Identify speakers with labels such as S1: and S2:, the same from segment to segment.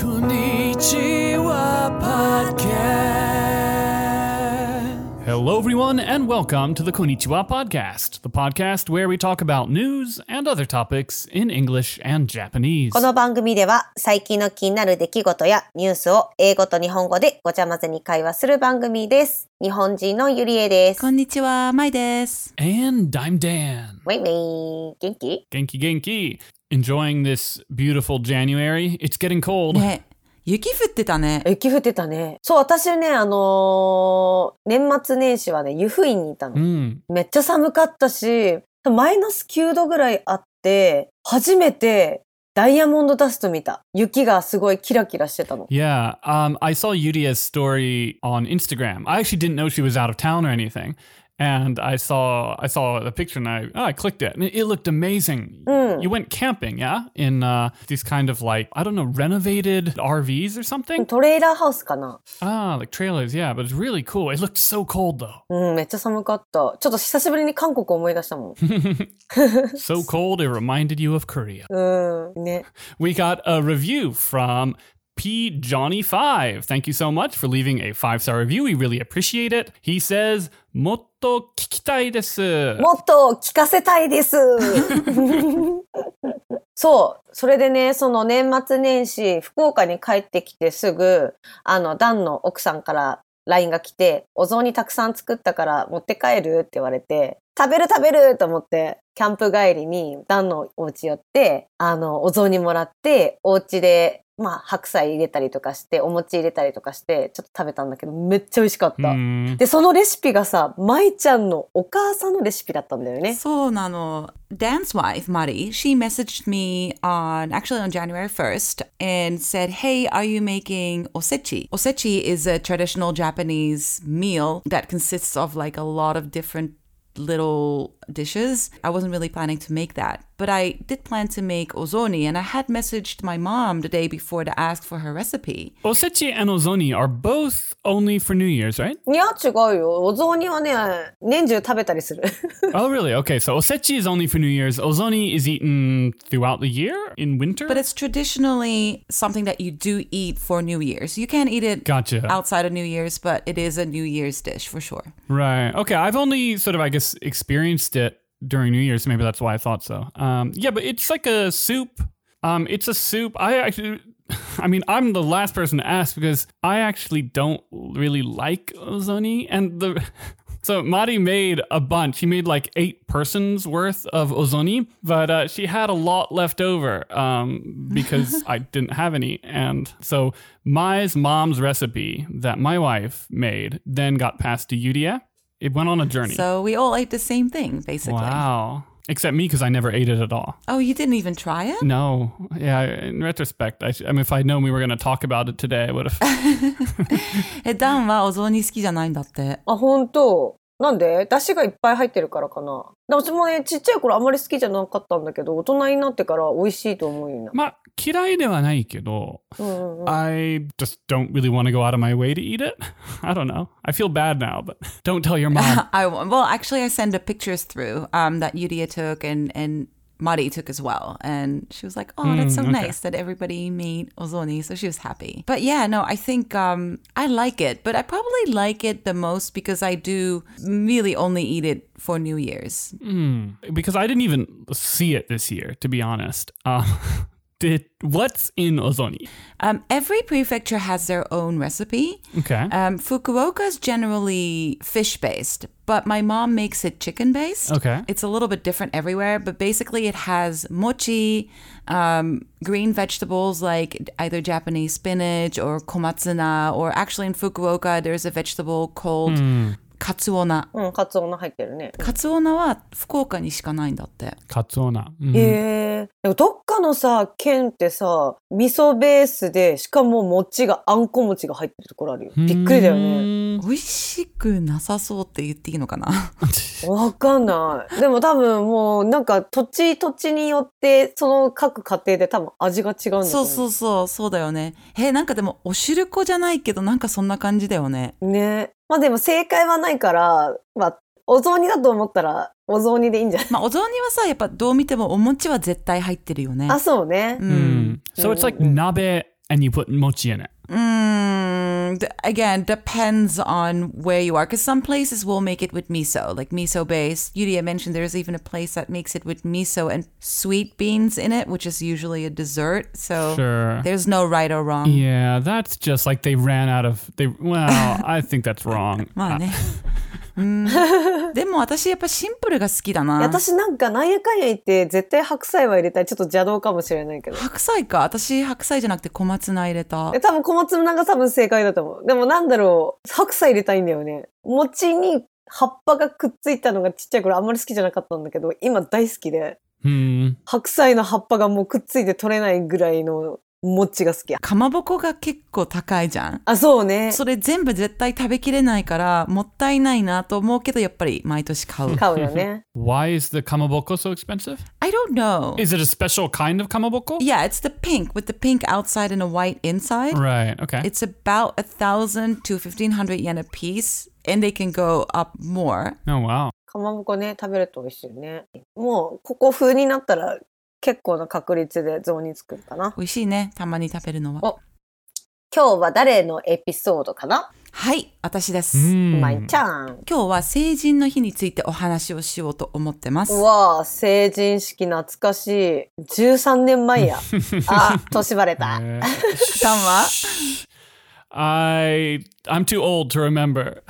S1: こんにちは、podcast.
S2: Hello, everyone, and welcome to the Konnichiwa Podcast, the podcast where we talk about news and other topics in English and Japanese.
S3: この番組では最近の気になる出来事やニュースを英語と日本語でごちゃ混ぜに会話する番組です。日本人のゆりえです。
S4: こ
S3: ウ
S4: んにちは、まいです。
S2: And I'm Dan.
S3: ェイウェイ元気
S2: Genki Genki. Enjoying this beautiful January. It's getting cold.
S4: ね、雪降ってたね。
S3: 雪降ってたね。そう、私ね、あのー年末年始はね、湯布院にいたの。
S2: Mm.
S3: めっちゃ寒かったし、マイナス9度ぐらいあって、初めてダイヤモンドダスト見た。雪がすごいキラキラしてたの。
S2: Yeah, um, I saw Yudia's story on Instagram. I actually didn't know she was out of town or anything, and I saw I saw the picture and I I clicked it and it, it looked amazing.
S3: Mm.
S2: You went camping, yeah, in uh, these kind of like I don't know renovated RVs or something.
S3: トレーラーハウスかな
S2: ah, like trailers, yeah, but it's really cool. It looked so cold though,
S3: うん、めっちゃ寒かった。ちょっと久しぶりに韓国思い出したもん。
S2: so cold it reminded you of Korea.
S3: うん、ね。
S2: We got a review from P Johnny Five. Thank you so much for leaving a five star review. We really appreciate it. He says, "Motto kikitai
S3: もっと聞かせたいです。そう。それでね、その年末年始、福岡に帰ってきてすぐ、あの、ダンの奥さんから LINE が来て、お雑煮たくさん作ったから持って帰るって言われて、食べる食べると思って、キャンプ帰りにダンのお家寄って、あの、お雑煮もらって、お家で、まあ、白菜入れたりとかして、お餅入れたりとかして、ちょっと食べたんだけど、めっちゃ美味しかった。
S2: Hmm.
S3: で、そのレシピがさ、舞ちゃんのお母さんのレシピだったんだよね。
S4: そうなの。Dan's wife, Mari, she messaged me on actually on January 1st and said, Hey, are you making osechi? Osechi is a traditional Japanese meal that consists of like a lot of different little dishes. I wasn't really planning to make that, but I did plan to make ozoni and I had messaged my mom the day before to ask for her recipe.
S2: Osechi and ozoni are both only for New Year's, right?
S3: いや、違うよ。お雑煮はね、年中食べたりする。
S2: oh, really? Okay, so osechi is only for New Year's. Ozoni is eaten throughout the year in winter.
S4: But it's traditionally something that you do eat for New Year's. You can eat it
S2: gotcha.
S4: outside of New Year's, but it is a New Year's dish for sure.
S2: Right. Okay. I've only sort of, I guess, experienced it during New Year's. Maybe that's why I thought so. Um, yeah, but it's like a soup. Um, it's a soup. I actually, I mean, I'm the last person to ask because I actually don't really like ozoni. And the, so Mari made a bunch. He made like eight persons worth of ozoni, but uh, she had a lot left over um, because I didn't have any. And so Mai's mom's recipe that my wife made then got passed to Yudia. It went on a journey.
S4: So we all ate the same thing, basically.
S2: Wow. Except me, because I never ate it at all.
S4: Oh, you didn't even try it?
S2: No. Yeah. In retrospect, I, sh- I mean, if I'd known we were going to talk about it today, I would have.
S4: え、ダンはお雑煮好きじゃないんだって。
S3: あ、ほんと。なんで出汁がいっぱい入ってるからかな。で私もね、ちっちゃい頃あんまり好きじゃなかったんだけど、大人になってから美味しいと思うようにな。
S2: まあ、嫌いではないけど、
S3: うんうんうん
S2: I just don't really want to go out of my way to eat it. I don't know. I feel bad now, but don't tell your mom.
S4: I, well, actually, I sent the pictures through um, that Yudia took and, and Mari took as well. And she was like, oh, that's so nice that everybody made ozoni. So she was happy. But yeah, no, I think um, I like it. But I probably like it the most because I do really only eat it for New Year's.
S2: because I didn't even see it this year, to be honest. Um, did what's in ozoni?
S4: Um, every prefecture has their own recipe.
S2: Okay.
S3: Uh,
S4: Um, Fukuoka is generally fish based, but my mom makes it chicken based.
S2: Okay.
S4: It's a little bit different everywhere, but basically it has mochi, um, green vegetables like either Japanese spinach or komatsuna, or actually in Fukuoka, there's a vegetable called katsuona.
S3: うん、カツオの入ってるね。
S4: Katsuona は福岡にしかないんだって。
S2: Katsuna. Hmm.
S3: へえでもどっかのさ、県ってさ、味噌ベースで、しかも餅が、あんこ餅が入ってるところあるよ。びっくりだよね。
S4: 美味しくなさそうって言っていいのかな
S3: わかんない。でも多分もうなんか土地土地によってその各家庭で多分味が違うんだと思う。
S4: そうそうそう、そうだよね。え、なんかでもお汁粉じゃないけど、なんかそんな感じだよね。
S3: ね。まあでも正解はないから、まあお雑煮だと思ったらお雑煮でいいんじゃない
S4: まあ、お雑煮はさ、やっぱどう見てもお餅は絶対入ってるよね。
S3: あ、そうね
S4: う。
S2: Mm. So Hmm. it's like nabe and you put mochi in it.
S4: Mm, d- again, depends on where you are, because some places will make it with miso, like miso base. Yulia mentioned there's even a place that makes it with miso and sweet beans in it, which is usually a dessert.
S3: Oh,
S4: So
S2: Sure.
S4: there's no right or wrong.
S2: Yeah, that's just like they ran out of they. Well, I think that's wrong.
S4: ま あね。うん、でも私やっぱシンプルが好きだな。
S3: 私なんかなんやかんや言って絶対白菜は入れたいちょっと邪道かもしれないけど
S4: 白菜か。私白菜じゃなくて小松菜入れた
S3: え。多分小松菜が多分正解だと思うでもなんだろう白菜入れたいんだよね餅に葉っぱがくっついたのがちっちゃい頃あんまり好きじゃなかったんだけど今大好きで
S2: Hmm.
S3: 白菜の葉っぱがもうくっついて取れないぐらいの餅が好き
S4: かまぼこが結構高いじゃん。
S3: あそうね
S4: それ全部絶対食べきれないからもったいないなと思うけどやっぱり毎年買う。
S3: 買うよ ね
S2: Why is the kamaboko so expensive?
S4: I don't know.
S2: Is it a special kind of kamaboko?
S4: Yeah, it's the pink with the pink outside and a white inside.
S2: Right. Okay.
S4: It's about a thousand to fifteen hundred yen a piece, and they can go up more.
S2: oh wow.
S3: かまぼこね食べると美味しいよねもうここ風になったら結構な確率で雑煮作るかな
S4: 美味しいね、たまに食べるのは。
S3: お今日は誰のエピソードかな、
S4: はい、私です。
S2: Hmm.
S3: まいちゃん
S4: 今日は成人の日についてお話をしようと思ってます。
S3: うわあ成人式懐かしい13年前 やあ年バレた
S4: Tama.
S2: I I'm too old to remember.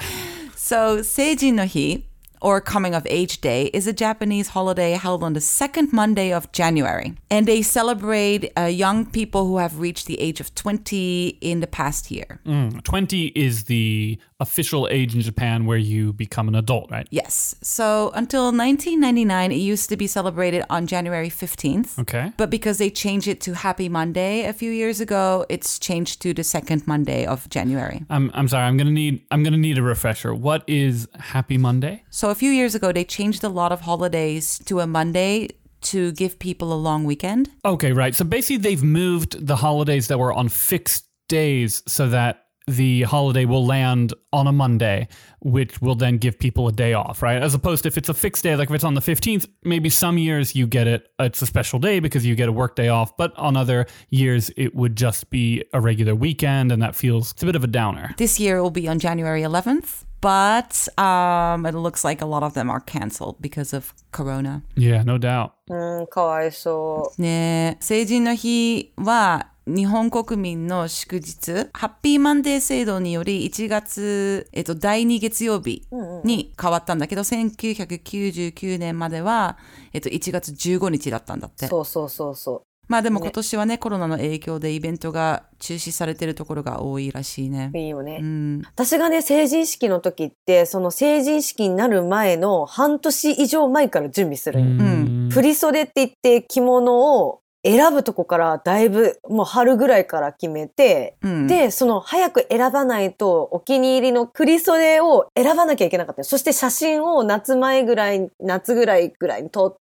S4: So, Seijin no Hi, or Coming of Age Day, is a Japanese holiday held on the second Monday of January. And they celebrate uh, young people who have reached the age of 20 in the past year.
S2: Hmm. Twenty is the official age in Japan where you become an adult, right?
S4: Yes. So, until 1999, it used to be celebrated on January 15th.
S2: Okay.
S4: But because they changed it to Happy Monday a few years ago, it's changed to the second Monday of January.
S2: I'm I'm sorry. I'm gonna need I'm gonna need a refresher. What is Happy Monday?
S4: So a few years ago, they changed a lot of holidays to a Monday to give people a long weekend.
S2: Okay, right. So basically, they've moved the holidays that were on fixed days so that the holiday will land on a Monday, which will then give people a day off, right? As opposed to if it's a fixed day, like if it's on the 15th, maybe some years you get it, it's a special day because you get a work day off, but on other years, it would just be a regular weekend, and that feels it's a bit of a downer.
S4: This year it will be on January 11th, but um, it looks like a lot of them are canceled because of Corona.
S2: Yeah, no doubt.
S3: うんかわいそ
S4: ねえ成人の日は日本国民の祝日ハッピーマンデー制度により1月、えっと、第2月曜日に変わったんだけど、1999年までは、えっと、1月15日だったんだっ
S3: う
S4: て
S3: そうそうそうそう
S4: まあでも今年はねコロナの影響でイベントが中止されてるところが多いらしいね
S3: いいよね、
S4: うん
S3: 私がね成人式の時ってその成人式になる前の半年以上前から準備するんよ、
S4: Mm.
S3: 振り袖って言って着物を選ぶとこからだいぶもう春ぐらいから決めて、
S4: うん
S3: でその早く選ばないとお気に入りの振り袖を選ばなきゃいけなかったよそして写真を夏前ぐらい夏ぐらいぐらいに撮っ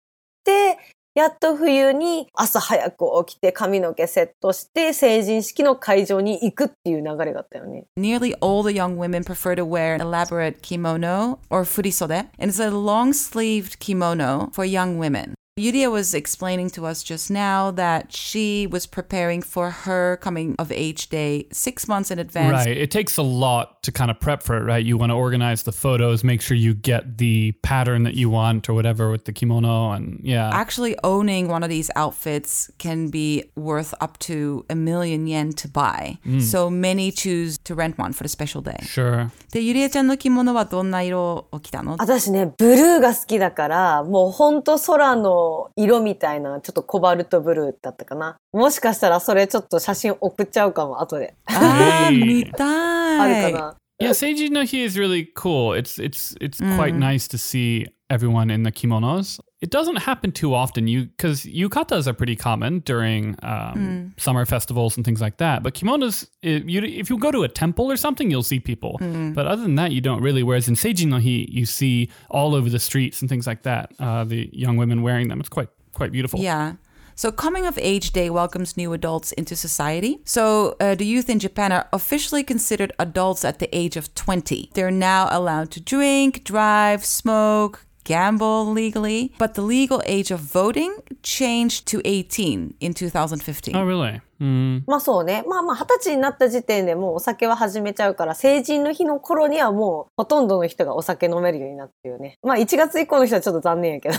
S3: てやっと冬に朝早く起きて髪の毛セットして成人式の会場に行くっていう流れだったよね。
S4: Nearly all the young women prefer to wear an elaborate kimono or furisode, and it's a long sleeved kimono for young women. Yulia was explaining to us just now that she was preparing for her coming of age day six months in advance.
S2: Right. It takes a lot to kind of prep for it, right? You want to organize the photos, make sure you get the pattern that you want or whatever with the kimono. And yeah.
S4: Actually, owning one of these outfits can be worth up to a million yen to buy. So many choose to rent one for the special day.
S2: Sure.
S4: で、ゆりえちゃんの着物はどんな色を着たの
S3: 私ね、ブルーが好きだから、もうほんと空の色みたいな、ちょっとコバルトブルーだったかな。もしかしたらそれちょっと写真送っちゃうかも、後で。
S4: あー、
S2: Hey.
S3: あ
S4: 見たい。
S3: るかな。
S2: Yeah, Seiji no Hi is really cool. It's it's it's
S4: Mm.
S2: quite nice to see everyone in the kimonos. It doesn't happen too often, you because yukatas are pretty common during
S4: Mm.
S2: um, summer festivals and things like that. But kimonos, i- you, if you go to a temple or something, you'll see people.
S4: Mm.
S2: But other than that, you don't really. Whereas in Seiji no Hi, you see all over the streets and things like that. Uh, the young women wearing them. It's quite quite beautiful.
S4: Yeah. So, Coming of Age Day welcomes new adults into society. So, uh, the youth in Japan are officially considered adults at the age of 20. They're now allowed to drink, drive, smoke, gamble legally. But the legal age of voting changed to 18 in 2015.
S2: Oh, really? Mm.
S3: まあそうね。まあまあ、二十歳になった時点でもうお酒は始めちゃうから、成人の日の頃にはもうほとんどの人がお酒飲めるようになってるよね。まあ1月以降の人はちょっと残念やけど。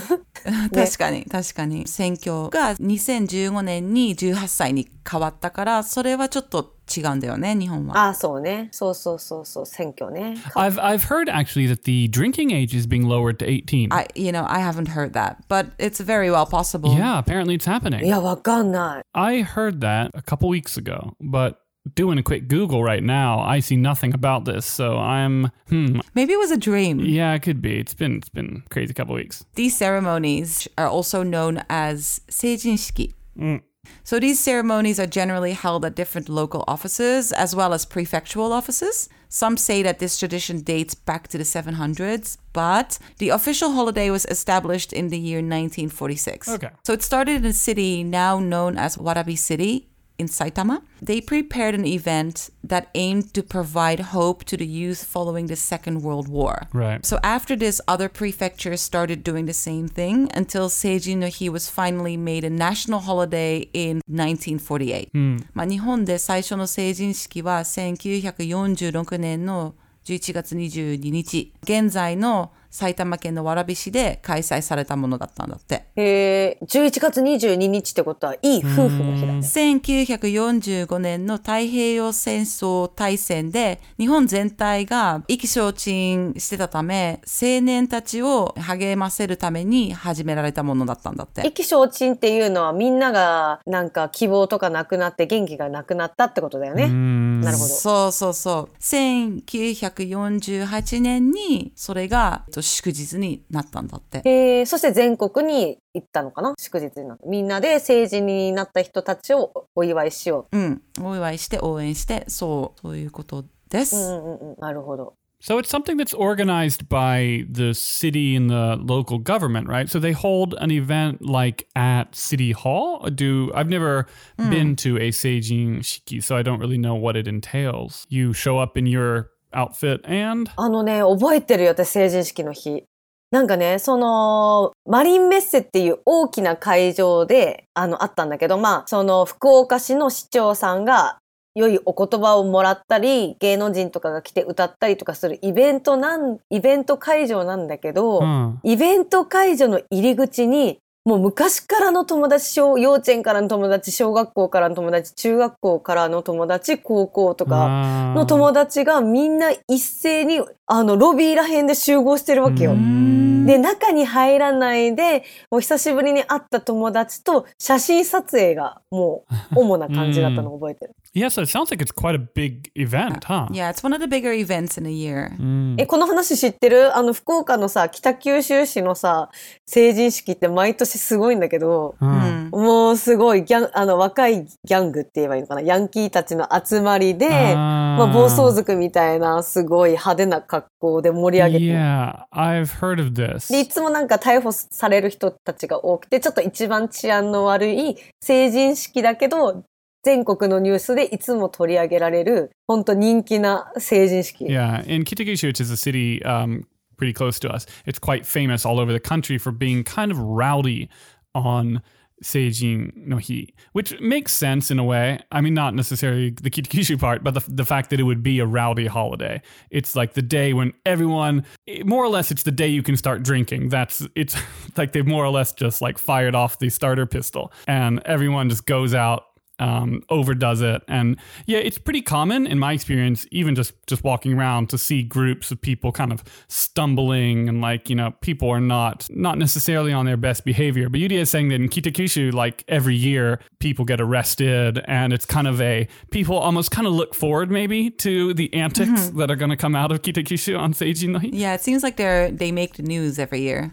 S4: 確かに確かに選挙が2015年に18歳に変わったからそれはちょっと違うんだよね日
S2: Ah.
S4: 本は
S3: ああ、そうね。そうそうそうそう、選挙ね。
S2: I've I've heard actually that the drinking age is being lowered to 18.
S4: I you know I haven't heard that but it's very well possible
S2: yeah, apparently it's happening.
S3: いや、わかんない。
S2: I heard that a couple weeks ago, but doing a quick Google right now, I see nothing about this. So I'm hmm.
S4: maybe it was a dream
S2: Yeah, it could be. It's been it's been a crazy couple weeks.
S4: These ceremonies are also known as 成人式 So these ceremonies are generally held at different local offices as well as prefectural offices. Some say that this tradition dates back to the 700s, but the official holiday was established in the year 1946.
S2: Okay.
S4: So it started in a city now known as Warabi City in Saitama. They prepared an event that aimed to provide hope to the youth following the Second World War.
S2: Right.
S4: So after this, other prefectures started doing the same thing until Seiji no Hi was finally made a national holiday in 1948. まあ日本で最初の成人式は1946年の11月22日、現在の埼玉県の蕨市で開催されたものだったんだって。
S3: へえ、11月22日ってことは、いい夫婦の日だね。
S4: 1945年の太平洋戦争大戦で日本全体が意気消沈してたため青年たちを励ませるために始められたものだったんだって
S3: 意気消沈っていうのはみんながなんか希望とかなくなって元気がなくなったってことだよね。なるほど。
S4: そうそうそう1948年にそれがえっと祝日になったんだって
S3: えー、そして全国に行ったのかな祝日になった。みんなで成人になった人たちをお祝いしよ
S4: うんお祝いして応援してそうそういうことです、
S3: う。うんうんうん。なるほど。
S2: So it's something that's organized by the city and the local government, right? So they hold an event like at City Hall. Or Do I've never been to a Seijin Shiki, so I don't really know what it entails. You show up in your outfit and
S3: あのね、覚えてるよ、私成人式の日。なんかね、その、マリンメッセっていう大きな会場で、あの、あったんだけど、まあ、その、福岡市の市長さんが、良いお言葉をもらったり、芸能人とかが来て歌ったりとかするイベントなん、イベント会場なんだけど、
S2: Hmm.
S3: イベント会場の入り口に、もう昔からの友達、小幼稚園からの友達、小学校からの友達、中学校からの友達、高校とかの
S2: Wow.
S3: 友達がみんな一斉に、あの、ロビーら辺で集合してるわけよ。
S2: Hmm.
S3: で、中に入らないで、もう久しぶりに会った友達と写真撮影がもう主な感じだったのを覚えてる。
S2: Yeah, so it sounds like it's quite a big event, huh? Mm.
S4: Yeah, it's one of the bigger events in a year.
S3: え、この話知ってるあの、福岡のさ、北九州市のさ、成人式って毎年すごいんだけど、
S4: うん
S3: もうすごいギャン、あの、若いギャングって言えばいいのかな。ヤンキーたちの集まりで、まあ、
S2: Ah,
S3: 暴走族みたいな、すごい派手な格好で盛り上げてる
S2: Yeah, I've heard of this.
S3: で、いつもなんか逮捕される人たちが多くて、ちょっと一番治安の悪い成人式だけど、全国のニュースでいつも取り上げられる、本当人気な成人式。
S2: Yeah, in Kitakyushu, which is a city um, pretty close to us, it's quite famous all over the country for being kind of rowdy on Seijin no Hi, which makes sense in a way. I mean, not necessarily the Kitakyushu part, but the, the fact that it would be a rowdy holiday. It's like the day when everyone, it- more or less, it's the day you can start drinking. That's it's like they've more or less just like fired off the starter pistol, and everyone just goes out um, overdoes it and yeah it's pretty common in my experience even just just walking around to see groups of people kind of stumbling and like you know people are not not necessarily on their best behavior but Yudi is saying that in Kitakyushu like every year people get arrested and it's kind of a people almost kind of look forward maybe to the antics that are going to come out of Kitakyushu on Seiji no Hi.
S4: Yeah, it seems like they're they make the news every year.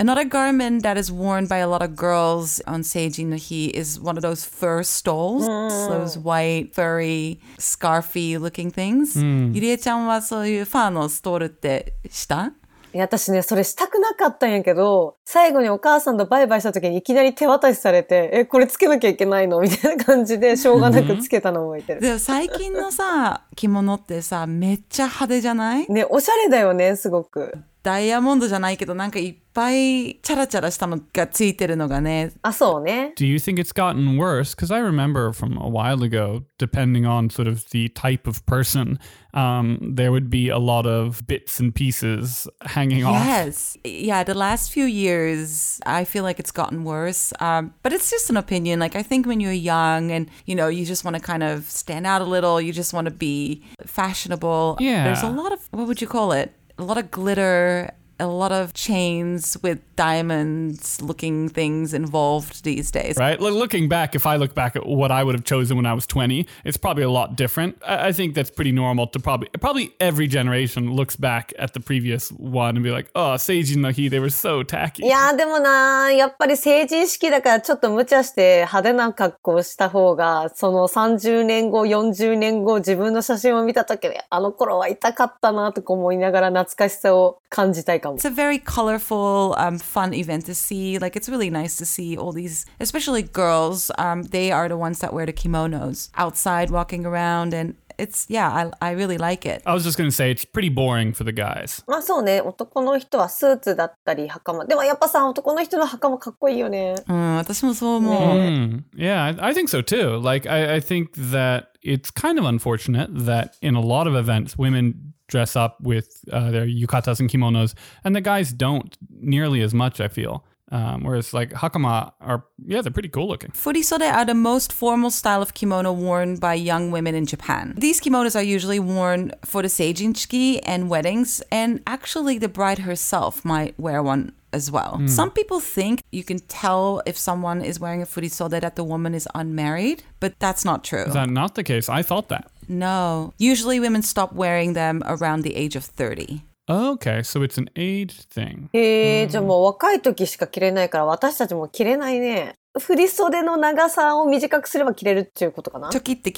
S4: Another garment that is worn by a lot of girls on Seiji no Hi is one of those fur stoles, those white furry scarfy looking things. ゆりえちゃんはそういうファーのストールってした
S3: いや、私ね、それしたくなかったんやけど、最後にお母さんとバイバイした時にいきなり手渡しされて、え、これつけなきゃいけないのみたいな感じで、しょうがなくつけたのを覚えてる。
S4: でも最近のさ着物ってさめっちゃ派手じゃない
S3: ね、おしゃれだよね、すごく。
S4: ダイヤモンドじゃないけど、なんかいっぱいチャラチャラしたのがついてるのがね、
S3: あ、そうね。
S2: Do you think it's gotten worse? Because I remember from a while ago, depending on sort of the type of person, um, there would be a lot of bits and pieces hanging off.
S4: Yes. Yeah, the last few years, I feel like it's gotten worse. Um, but it's just an opinion. Like, I think when you're young and, you know, you just want to kind of stand out a little, you just want to be fashionable.
S2: Yeah.
S4: There's a lot of, what would you call it? A lot of glitter, a lot of chains with diamonds looking things involved these days.
S2: Right? Look- Looking back, if I look back at what I would have chosen when I was 20, it's probably a lot different. I, I think that's pretty normal to probably, probably every generation looks back at the previous one and be like, oh, Seiji no Hi, they were so tacky.
S3: いやーでもなー、やっぱり成人式だからちょっと無茶して派手な格好をした方が、その30年後、40年後、自分の写真を見た時に、あの頃は痛かったなとか思いながら懐かしさを感じたいかも
S4: It's。a very colorful, um, fun event to see. Like, it's really nice to see all these, especially girls. Um, they are the ones that wear the kimonos outside walking around. And it's, yeah, I, I really like it.
S2: I was just going to say, it's pretty boring for the guys.
S3: まあそうね、男の人はスーツだったり、袴。でもやっぱさ、男の人の袴かっこいいよね。
S4: Mm, 私もそう思う。
S2: Mm, yeah, I, I think so too. Like, I, I think that it's kind of unfortunate that in a lot of events, women dress up with uh, their yukatas and kimonos, and the guys don't nearly as much, I feel. Um, whereas, like, hakama are, yeah, they're pretty cool looking.
S4: Furisode are the most formal style of kimono worn by young women in Japan. These kimonos are usually worn for the seijinshiki and weddings, and actually the bride herself might wear one as well.
S2: Hmm.
S4: Some people think you can tell if someone is wearing a furisode that the woman is unmarried, but that's not true.
S2: Is that not the case? I thought that.
S4: no. Usually women stop wearing them around the age of 30.
S2: Okay, so it's an age thing.
S3: へえ、じゃあもう若い時しか着れないから、私たちも着れないね。振袖の長さを短くすれば着れるっていうことかな。チョキって。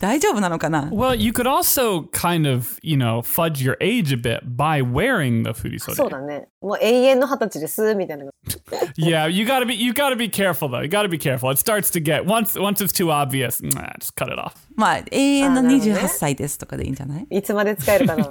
S4: 大丈夫なのかな
S2: Well, you could also kind of, you know, fudge your age a bit by wearing the furisode.
S3: そうだね。もう永遠の二十歳です、みたいな。
S2: Yeah, you gotta be you gotta be careful though. You gotta be careful. It starts to get once once it's too obvious. Nah, just cut it off.
S4: eh, まあ、永遠の28歳ですとかでいいんじゃない
S3: いつまで使えるかな。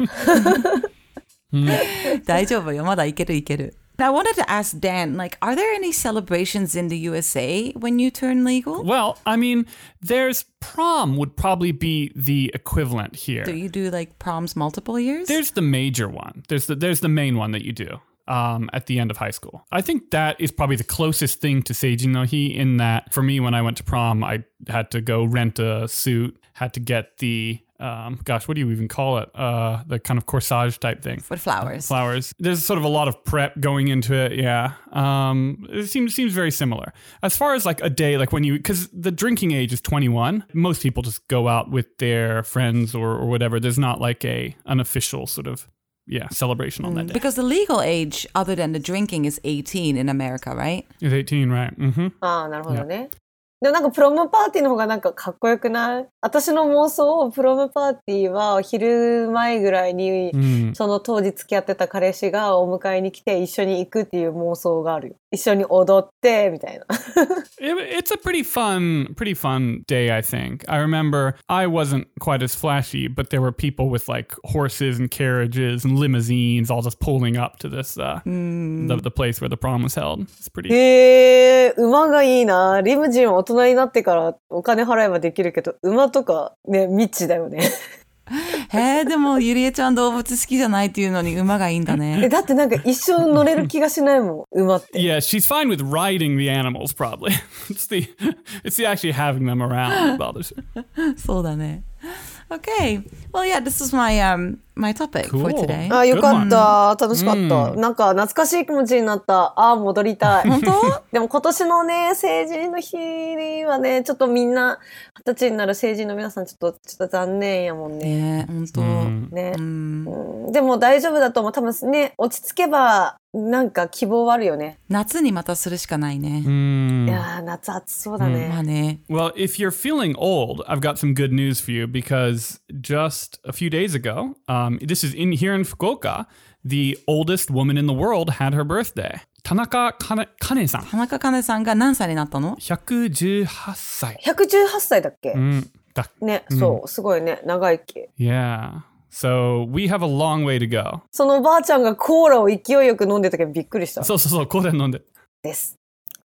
S4: 大丈夫よ。まだいけるいける。Now, I wanted to ask Dan, like, are there any celebrations in the USA when you turn legal?
S2: Well, I mean, there's prom would probably be the equivalent here.
S4: Do you do like proms multiple years?
S2: There's the major one. There's the there's the main one that you do um, at the end of high school. I think that is probably the closest thing to Seijin no Hi in that for me when I went to prom, I had to go rent a suit, had to get the um, gosh, what do you even call it? Uh, the kind of corsage type thing.
S4: With flowers.
S2: flowers. There's sort of a lot of prep going into it. Yeah. Um, it seems seems very similar as far as like a day, like when you because the drinking age is 21. Most people just go out with their friends or or whatever. There's not like a an official sort of yeah celebration on that day.
S4: Mm, Because the legal age, other than the drinking, is 18 in America, right?
S2: It's 18, right? Mm-hmm.
S3: ああ、なるほどね。でもなんかプロムパーティーの方がなんかかっこよくない私の妄想、プロムパーティーは昼前ぐらいに、
S2: Mm.
S3: その当時付き合ってた彼氏がお迎えに来て一緒に行くっていう妄想があるよ。一緒に踊って、みたいな。
S2: It, it's a pretty fun, pretty fun day, I think. I remember I wasn't quite as flashy, but there were people with like horses and carriages and limousines all just pulling up to this uh, the, the place where the prom was held. It's pretty.
S3: へえ、馬がいいな。リムジンは大人になってからお金払えばできるけど、馬とかね、未知だよね。え、
S4: えー、でも、ゆりえちゃん動物好きじゃないっていうのに馬がいいんだね。
S3: だってなんか一生乗れる気がしないもん、馬って。
S2: Yeah, she's fine with riding the animals. Probably it's the it's the actually having them around that bothers her.
S4: そうだね。Okay. Well, yeah, this is my, um, my topic for
S2: Cool.
S4: today.
S3: あ、よかった。楽しかった。なんか懐かしい気持ちになった。あ、戻りたい。本 当 でも今年のね、成人の日はね、ちょっとみんな、二十歳になる成人の皆さん、ちょっと、ちょっと残念やもんね。
S4: ね、本当。
S2: Hmm.
S3: ね。うんでも大丈夫だと思う。多分ね、落ち着けば、なんか希望はあるよね。
S4: 夏にまたするしかないね。
S2: Hmm.
S3: いやー、夏暑そうだね。
S4: まあね。
S2: Well, if you're feeling old, I've got some good news for you because just a few days ago, um, this is in here in Fukuoka, the oldest woman in the world had her birthday. Tanaka Kane, Kane-san,
S4: 田中カネさんが何歳になったの
S2: 118歳.
S3: 118歳だっけ、
S2: Mm, da-
S3: ね、そう、すごいね、長生き。
S2: Yeah. So we have a long way to go.
S3: そのおばあちゃんがコーラを勢いよく飲んでたけどびっくりした。
S2: So, so, so, これ飲んで。
S3: です。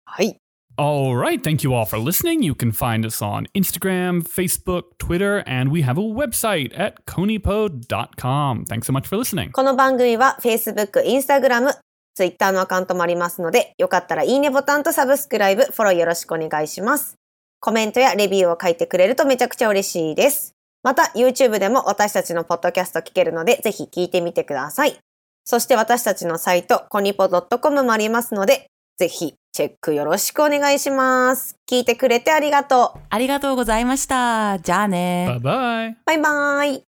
S3: はい。
S2: All right. Thank you all for listening. You can find us on Instagram, Facebook, Twitter, and we have a website at conipo.com. Thanks so much for listening.
S3: この番組は Facebook、Instagram、Twitter のアカウントもありますので、よかったらいいねボタンとサブスクライブ、フォローよろしくお願いします。コメントやレビューを書いてくれるとめちゃくちゃ嬉しいです。また、YouTube でも私たちのポッドキャスト聞けるので、ぜひ聞いてみてください。そして私たちのサイト、コニポ .com もありますので、ぜひチェックよろしくお願いします。聞いてくれてありがとう。
S4: ありがとうございました。じゃあね。
S2: Bye bye.
S3: バイバイ。